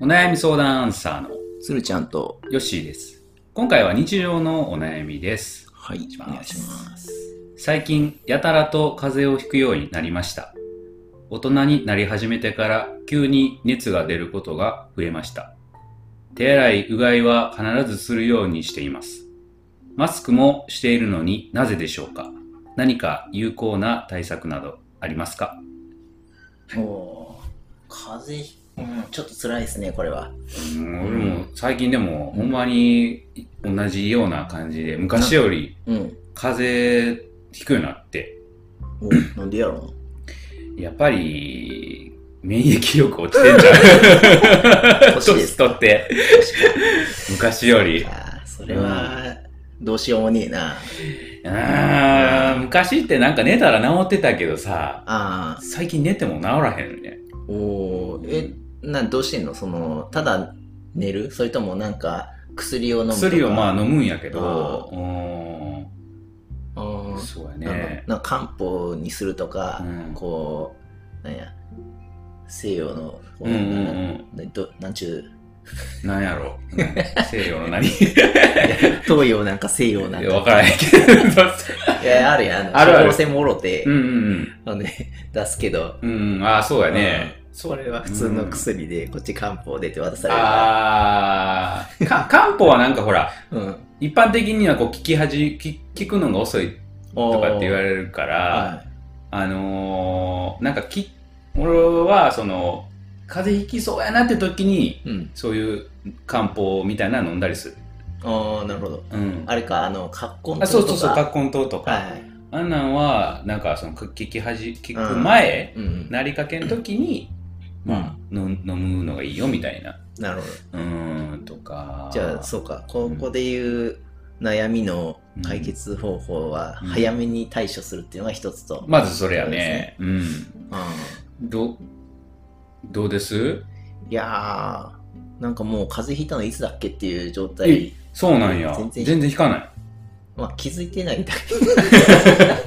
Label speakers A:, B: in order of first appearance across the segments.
A: お悩み相談アンサーの
B: 鶴ちゃんと、
A: ヨッシーです。今回は日常のお悩みです。
B: はい、お願いします。
A: 最近、やたらと風邪をひくようになりました。大人になり始めてから急に熱が出ることが増えました。手洗い、うがいは必ずするようにしています。マスクもしているのになぜでしょうか何か有効な対策などありますか
B: おー風邪ひ、うん、ちょっと辛いですね、これは。
A: うん俺も最近でもほんまに同じような感じで昔より
B: うん。
A: 風邪ひくようになって
B: おなんでやろう
A: やっぱり免疫力落ちてんじゃん
B: 年です
A: 年取って昔より
B: ああ、それは、どうしようもねえな。
A: あー昔ってなんか寝たら治ってたけどさ
B: ああ、
A: 最近寝ても治らへんよね
B: おーえ、なん、どうしてんのその、ただ寝るそれともなんか、薬を飲むとか
A: 薬をまあ飲
B: む。
A: むんやけど
B: あ
A: うー
B: あー
A: んそうや
B: なんか
A: ね
B: なんか漢方にするとか、
A: うん
B: こう、なんや、西洋の、こ
A: うんうんうん
B: などなんちゅう、
A: なんやろうん西洋の何
B: 東洋なんか西洋 なんか。
A: わからへんけ ど
B: いや、あるやん。
A: あるある
B: 処方箋もろて、
A: うんうん
B: あのね、 出すけど。
A: うんうんああそうやね
B: うんそれは普通の薬で、こっち漢方でって渡されるか
A: ああか漢方はなんかほら
B: ら。うん。
A: 一般的にはこう聞き始聞聞くのが遅いとかって言わ
B: る
A: れるか、
B: から
A: あのーなんかき俺はその風邪ひきそうやなって時に
B: うん。
A: そういう漢方みたいなの飲んだりする、
B: ああ、なるほど。
A: うん、あ
B: あれか、あの、葛根とか。
A: そうそうそう葛根湯とか、
B: はいはい。
A: あんなんはなんかその聞きはじ聞く前、
B: うん。
A: なりかけの時に、
B: うん
A: まあ、の飲むのがいいよみたいな
B: なるほ
A: うーんとか
B: ど。じゃあ、そうか。ここで言う悩みの解決方法は、
A: うん
B: 早めに対処するっていうのが一つと。
A: まずそれやねうん
B: うん。
A: どどうです
B: いやー、なんかもう風邪ひいたのいつだっけっていう状態。
A: そうなんや
B: 全然
A: 全然引かない
B: まあ、気づいてないだけ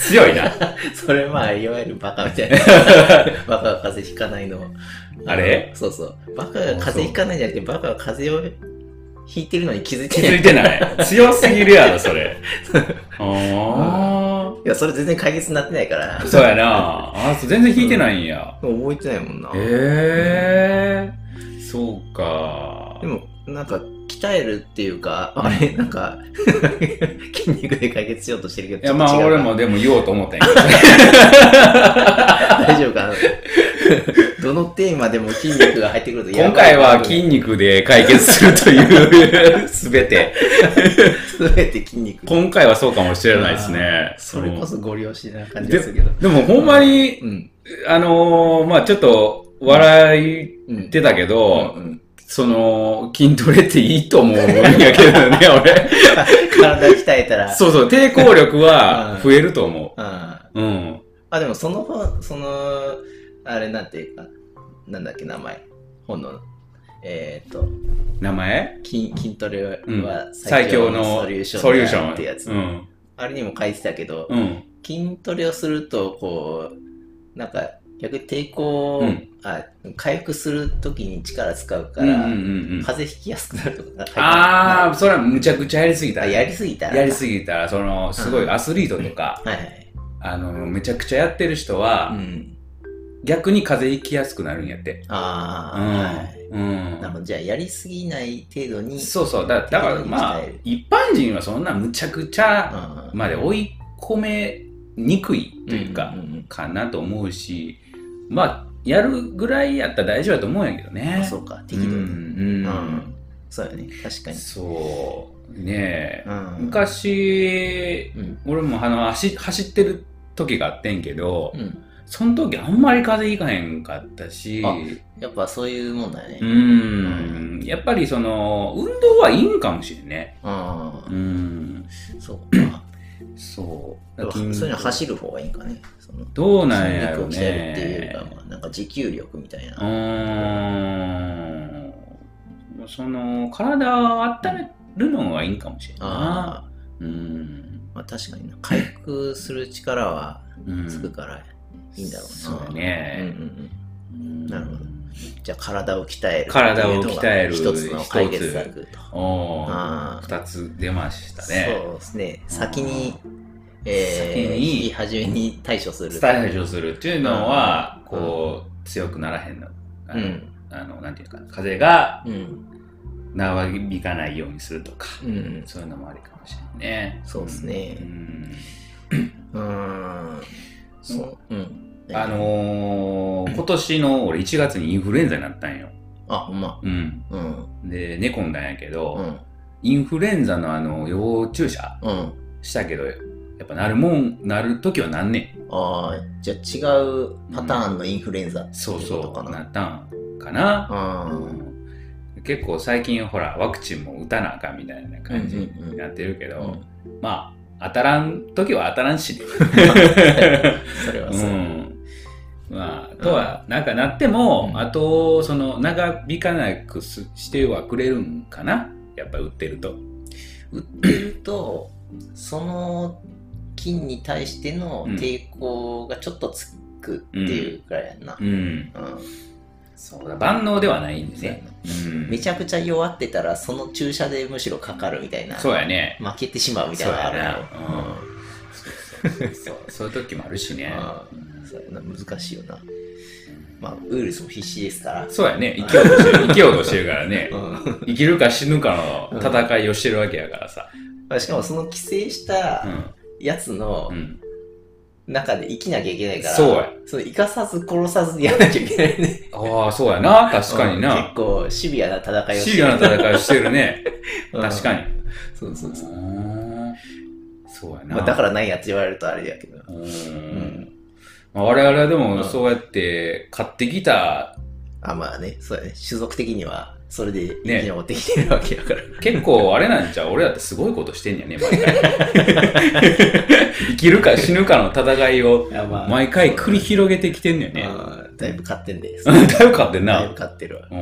A: 強いな
B: それまあ、いわゆるバカみたいな。バカが風邪ひかないの。
A: あれ
B: そうそう。バカが風邪ひかないじゃなくて、バカが風邪をひいてるのに気づい
A: 気
B: てない。
A: づい
B: い
A: てない強すぎるやろそ れあ
B: や、それ全然解決になってないから
A: あ。そうやなあそう全然引いてないんや、
B: 覚えてないもんな。
A: ええー、そうか
B: でも、なんか、鍛えるっていうか、あれ、なんか、 筋肉で解決しようとしてるけど、
A: いやまあ
B: ちょっと違う
A: 俺
B: な
A: もでも言おうと思ったんやけ
B: 大丈夫かな。どのテーマでも筋肉が入ってくると
A: ど今回は筋肉で解決すると いう全て
B: 肉。すべて筋肉。
A: 今回はそうかもしれないですね
B: それこそご利用しな感じがするけど。
A: でもほんまに
B: うん。
A: あのーまあちょっと笑い
B: うん。
A: てたけど、
B: うんうん
A: その筋トレっていいと思うんやけど ね、俺。
B: 体鍛えたら。
A: そうそう、抵抗力は増えると思
B: うん。あ、
A: う。うん。
B: でもその本、その、あれなんていうか、なんだっけ、名前。本の、えーっ、と
A: 名前
B: 筋、筋トレ
A: うん
B: は。
A: 最強のソ
B: ソリ
A: リュ
B: ュー
A: ー
B: シ
A: シ
B: ョン
A: ョン。
B: ってやつ。
A: うん。
B: あれにも書いてたけど、
A: うん。
B: 筋トレをすると、こう、なんか、逆に抵抗を、
A: うん
B: あ回復するときに力使うか
A: うんうん
B: ら、
A: うんうん。
B: 風邪ひきやすくなるとか書いて
A: あ
B: あ
A: ー、それはむちゃくちゃやりすぎた。
B: やりすぎたら。
A: やりすぎたら、その、すごいアスリートとか、
B: はいはい。
A: あの、めちゃくちゃやってる人
B: う
A: は、
B: ん。
A: 逆に風邪ひきやすくなるんやって。う
B: ああ、
A: ん
B: はい。。
A: うん
B: な。るほどじゃあやりすぎない程度に
A: そうそう。だだからまあ
B: 鍛える、
A: 一般人はそんなむちゃくちゃ
B: うん
A: まで追い込めにくいというか
B: ん、ん
A: かなと思うし、まあ、やるぐらいやったら大丈夫だと思うんやけど
B: うんあ
A: ね。
B: そうか
A: うん
B: 適度に
A: うん
B: うんそうやね確かに
A: そう。ねえ。
B: うん
A: 昔、
B: うん
A: 俺もあの走走ってる時があってんけど、
B: うん
A: その時あんまり風邪ひかへんかったし、
B: あやっぱそういうもんだね
A: う
B: うん
A: ん、やっぱりその、運動はいいんかもしれんね。うん。
B: そうか
A: そう。
B: でもそういうの走る方がいいんかねその
A: どうなん
B: 筋
A: や
B: 肉
A: ろう
B: を鍛えるっていうより
A: ね
B: か。はまあなんか持久力みたいうな
A: ーん。その、体を温めるのはいいんかもしれんないな。
B: あー
A: うん。
B: まあ確かにな回復する力は
A: うん
B: つくからいいんだろうな
A: そうね
B: うんうんうんなるほど
A: うん
B: じゃあ体を鍛える。
A: 体を鍛える
B: っていうのが一つの解決策と。
A: お
B: あ
A: ー、二
B: ー
A: つ出ましたね。
B: そうですね。先に、え
A: 先
B: ー、
A: に
B: 先初めに対処する。
A: スタイルをするっていうのは、
B: うん
A: こう、強くならへんの。あ
B: う
A: の、
B: ん。
A: あのなんていうか、風が
B: うん。
A: 長引かないようにするとか、
B: うん。
A: そういうのもありかもしれないね。
B: そうですね
A: うん
B: うん。
A: そう。
B: う。うん。
A: あ、のー今年の俺1月にインフルエンザになったんよ。
B: あ、ほんま。
A: うん。
B: うん。
A: で、寝込んだんやけど、
B: うん。
A: インフルエンザのあの、予防注射
B: うん。
A: したけど、やっぱなるもん、なるときはなんね
B: ああ、じゃあ違うパターンのインフルエンザ
A: ん。そう
B: ってこ
A: そ
B: と
A: う、
B: か
A: な
B: な
A: ったんかな。
B: あー
A: うん結構最近ほら、ワクチンも打たなあかんみたいな感じになってるけど、
B: うん
A: まあ、当たらんときは当たらん しね。
B: それは
A: う
B: そう。
A: ん。まあ、あとは、なんかなっても、
B: うん
A: あと、その、長引かなくすしてはくれるんかなやっぱり売ってると。
B: 売ってると、その菌に対しての抵抗がちょっとつくっていうくらいやんな。
A: うん。
B: うん
A: そうだ、万能ではないんで
B: そうや
A: ね
B: な。
A: うん。
B: めちゃくちゃ弱ってたら、その注射でむしろかかるみたいな。
A: そうやね。
B: 負けてしまうみたいなのあるやろ
A: そうやなそうそうそうそういう時もあるし ね。
B: う
A: うん
B: んそうやな難しいよな。まあ、ウイルスも必死ですから。
A: そうやね。生きようとしてる、生きようとしてるからね。
B: うん
A: 生きるか死ぬかの戦いをしてるわけやからさ。
B: まあ しかもその寄生した
A: うん。
B: やつの
A: うん。
B: 中で生きなきゃいけないから、
A: そうや
B: その生かさず殺さずやらなきゃいけないね。
A: ああ、そうやな。確かに
B: うん
A: な
B: 結。構シビアな戦いを
A: シビアな戦いをしてるね。確か
B: に。
A: に。
B: そうそうそう。
A: うんそうやな。
B: まあ、だからないやつ言われるとあれやけど。
A: うん
B: ん
A: まあ、我々はでも
B: うん
A: そうやって買ってきた、
B: あ、まあね、そうやね。種族的には、それで生き残ってきてるわけやから。
A: 結構あれなんちゃう 俺だってすごいことしてんやね、毎回。 生きるか死ぬかの戦いを
B: いやまあ
A: 毎回繰り広げてきてんのよね。
B: あーだいぶ買ってんです。
A: だいぶ買ってん
B: だい
A: な
B: ぶ。買ってるわ。
A: う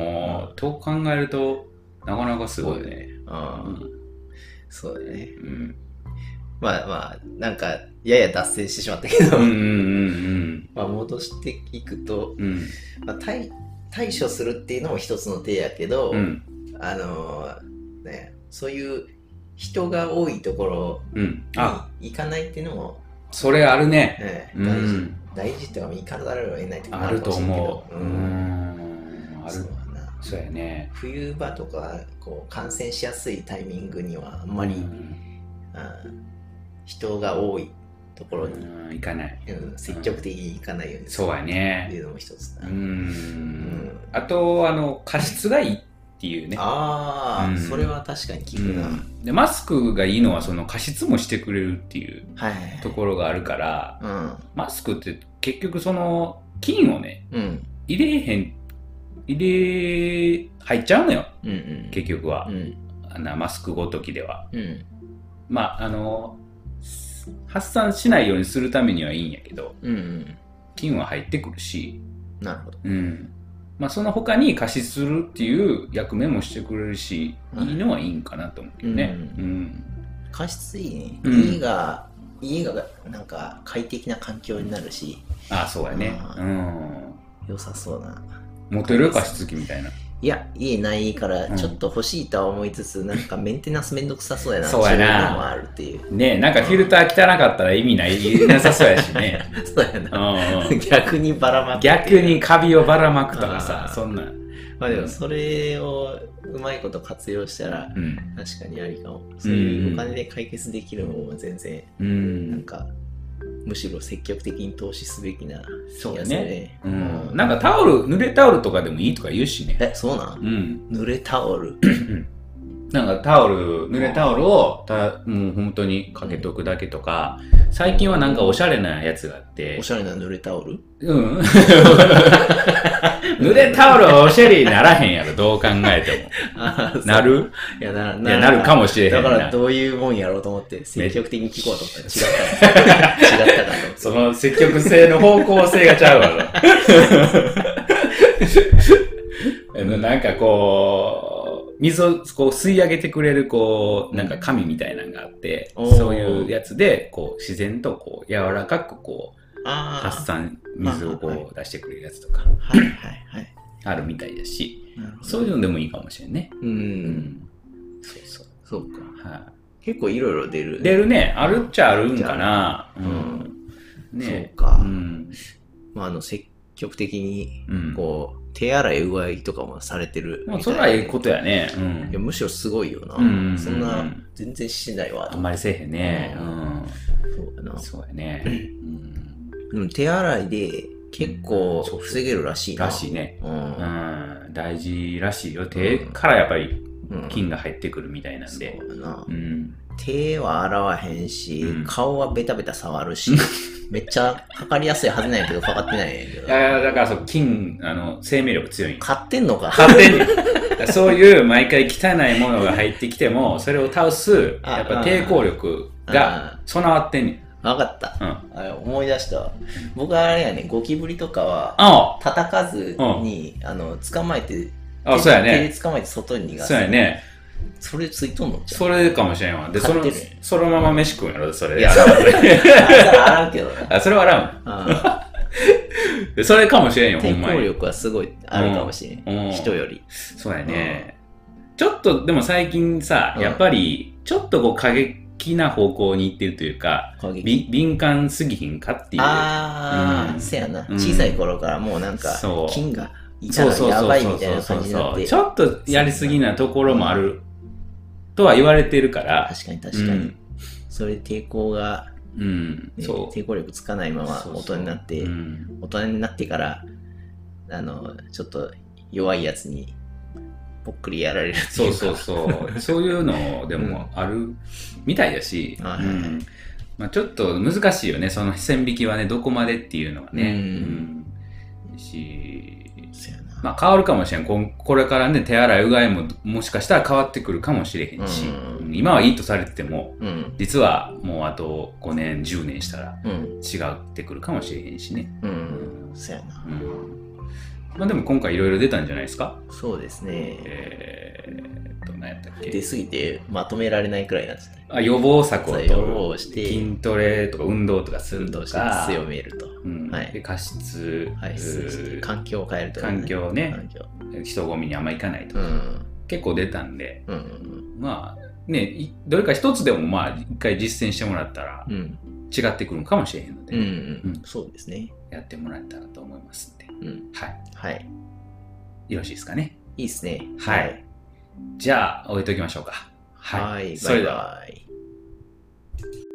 A: んと考えると、なかなかすごいね。う
B: うん、
A: ん
B: そうだね。
A: うん
B: まあまあ、なんか、やや脱線してしまったけど、
A: うんうん
B: まあ戻していくと、
A: うんうん
B: まあ、対対処するっていうのも一つの手やけど、
A: うん
B: あのーね、そういう人が多いところ
A: うん。
B: に
A: あ、
B: 行かないっていうのも、
A: それあるね。
B: ね
A: う
B: 大事
A: ん。
B: 大事っていうか、行かざるを得ないって
A: あると思う。う
B: ううん、
A: ん。あ
B: そう
A: る。
B: だな
A: そうやね。
B: 冬場とかこう感染しやすいタイミングにはあんまり、
A: うん
B: あー人が多いところに、
A: うん行かない。
B: うん、積極的に行かないようにする
A: そうや
B: って
A: ね。
B: いうのも一つだ
A: う
B: な、
A: ん。あと、あの、加湿がいいっていうね。
B: ああ、
A: うん
B: それは確かに聞
A: う
B: くな、
A: んでマスクがいいのはその加湿もしてくれるっていう
B: はいはいはい
A: ところがあるから
B: うん
A: マスクって結局その菌をね
B: うん
A: 入れへん入れ入っちゃうのよ
B: うんうん
A: 結局は
B: う、ん
A: あんなマスクごときでは
B: うん
A: まああの発散しないようにするためにはいいんやけど
B: うんうん
A: 菌は入ってくるし、
B: なるほど
A: うんまあ、その他に加湿するっていう役目もしてくれるし、
B: はい
A: いいのはいいんかなと思うけどね、
B: う
A: うん
B: 加湿いいね、
A: うん
B: 家が家がなんか快適な環境になるし
A: ああそうやね
B: あ
A: うん
B: 良さそうな
A: モテる加湿器みたいない
B: や家ないから
A: うん
B: ちょっと欲しいとは思いつつ、なんかメンテナンスめんどくさそうやな
A: そうやな
B: 自分のもあるっていう
A: ねえなんかフィルター汚かったら意味ないなさそうやしね、
B: そうや
A: う
B: なん
A: うん
B: 逆にばらまくって
A: 逆
B: いう
A: にカビをばらまくとかさ
B: あー
A: そんなん
B: まあでもそれをうまいこと活用したら
A: うん
B: 確かにありかもそういうお金で解決できるものは全然
A: う
B: なん
A: ん
B: かむしろ積極的に投資すべきな
A: そう
B: や
A: だ
B: つ
A: ね
B: ね
A: うん、なんかタオル濡れタオルとかでもいいとか言うしね
B: えそうな
A: うんん
B: 濡れタオル
A: なんかタオル濡れタオルをたもう本当にかけとくだけとか最近はなんかおしゃれなやつがあって
B: おしゃれな濡れタオル
A: うん濡れタオルはおしゃれにならへんやろどう考えて
B: あー
A: も なる
B: そういやない
A: やなるか
B: も
A: もしれへんな
B: だからどういうもんやろうと思って積極的に聞こうと思ったら違った違ったかと思って
A: その積極性の方向性がちゃうわな。あのなんかこう、水をこう吸い上げてくれるこう、なんか紙みたいなのがあって、
B: おー
A: そういうやつでこう自然とこう柔らかくこう
B: あ
A: 発散、水を
B: あは
A: こう出してくれるやつとか。
B: あはいはいはい
A: あるみたいだし、
B: なるほど
A: そういうのでもいいかもしれんね。
B: う。
A: うんん。そうそう。
B: そうか。
A: は
B: 結構いろいろ出
A: い。
B: る。
A: 出るね、あるっちゃあるんかな。う
B: る
A: ん。ね
B: そうか
A: うん。
B: まあ、あの、積極的に、
A: うん。
B: こう、手洗い、うがいとかもされてる
A: まあ、
B: み
A: そ
B: た
A: れ
B: いな。
A: はいいことやね。うん
B: いや、。むしろすごいよな。
A: うんうんうんうん
B: そんな、全然しないわ。
A: あんまりせえへんね。
B: う
A: う。。
B: そうやなん
A: そうやね。うん。
B: でも手洗いで結構
A: そうそう
B: 防げるらしいな。
A: らしいね。
B: う。
A: うんん。大事らしいよ。手からやっぱり
B: うん。
A: 菌が入ってくるみたいなん
B: そうや
A: で。
B: な
A: う。ん。
B: 手は洗わへんし、
A: うん
B: 顔はベタベタ触るし、めっちゃかかりやすいはずなんやけど、かかってないんやけど
A: い。やだからそう、菌、あの、生命力強いんよ
B: 買ってんのか。
A: 勝手に。 だからそういう毎回汚いものが入ってきても、それを倒す、
B: あ
A: やっぱ抵抗力が備わってんねん。
B: わかった。
A: うん。
B: あれ思い出したわ。僕はあれやね、ゴキブリとかは、
A: あ
B: 叩かずに、あの、捕まえて、
A: あ、
B: 手
A: そうや
B: 手
A: ね。
B: で捕まえて外に逃がす。
A: そうやね。
B: それついとんのじゃん。
A: それかもしれんわ。で、その
B: 勝手、
A: そのまま飯食うんやろ、それ
B: い
A: で
B: や、。そう洗うけどね。
A: あ、それは洗
B: うん
A: うんで。それかもしれんよ、 ほん
B: 抵
A: ま
B: 抗
A: に。
B: 力はすごいあるかもしれ
A: うん
B: ん。
A: うん
B: 人より。
A: そうやね。ちょっと、でも最近さ、
B: うん
A: やっぱり、ちょっとこう過激な方向に行ってるというか、
B: 攻撃
A: び敏感すぎひんかっていう。
B: あ
A: う
B: あ、
A: ん
B: せやな。
A: うん
B: 小さい頃からもうなんか
A: そ、う
B: 菌がいた
A: そう
B: ら
A: そう
B: や
A: そう
B: ばい
A: そ
B: み
A: う
B: たいな
A: そ
B: 感
A: う
B: じにな
A: そ
B: っ
A: う
B: て。
A: ちょっとやりすぎなところもあるとは言われてるから
B: 確かに確か
A: う
B: に
A: ん。
B: それ抵抗が、
A: うん
B: ね
A: そう
B: 抵抗力つかないまま
A: そうそう
B: 大人になって
A: う、ん
B: 大人になってから、あの、ちょっと弱いやつに、ぽっくりやられるって
A: そ
B: いううか。
A: そうそうそういうのでもあるみたいだし、
B: はいはいはい
A: うんまあ、ちょっと難しいよねその線引きはねどこまでっていうのはね、
B: うん
A: うんし
B: せやな。
A: まあ変わるかもしれんこんこれからね手洗いうがいももしかしたら変わってくるかもしれへんし、
B: う
A: 今はいいとされてても
B: うん。
A: 実はもうあと5年10年したら
B: うん。
A: 違ってくるかもしれへんしね。
B: うん。せやな。
A: うんまあでも今回いろいろ出たんじゃないですか
B: そうですね。
A: えー、っと、何やったっ
B: 出
A: け
B: すぎてまとめられないくらいになっちゃった。
A: あ予防策を取る
B: 予防して
A: 筋トレとか運動とかする
B: 運
A: と
B: 動して
A: か、
B: 強めると。
A: うん
B: はい
A: で加湿、
B: はい。
A: う
B: して
A: ー
B: 環境を変えるとかね。
A: 環境ね
B: 環境。
A: 人混みにあんま行かないと
B: う
A: か、
B: ん。
A: 結構出たんで、
B: うん
A: まあね、いどれか一つでもまあ一回実践してもらったら
B: うんうん
A: 違ってくるかもしれへんので、
B: うんう
A: うん
B: んそうですね。
A: やってもらえたらと思いますんで、
B: うん
A: はい、
B: はい。
A: よろしいですかね。
B: いいですね。
A: はい。じゃあ、置いときましょうか。
B: はい。
A: そ
B: バ
A: れ
B: イ
A: では。
B: バイ。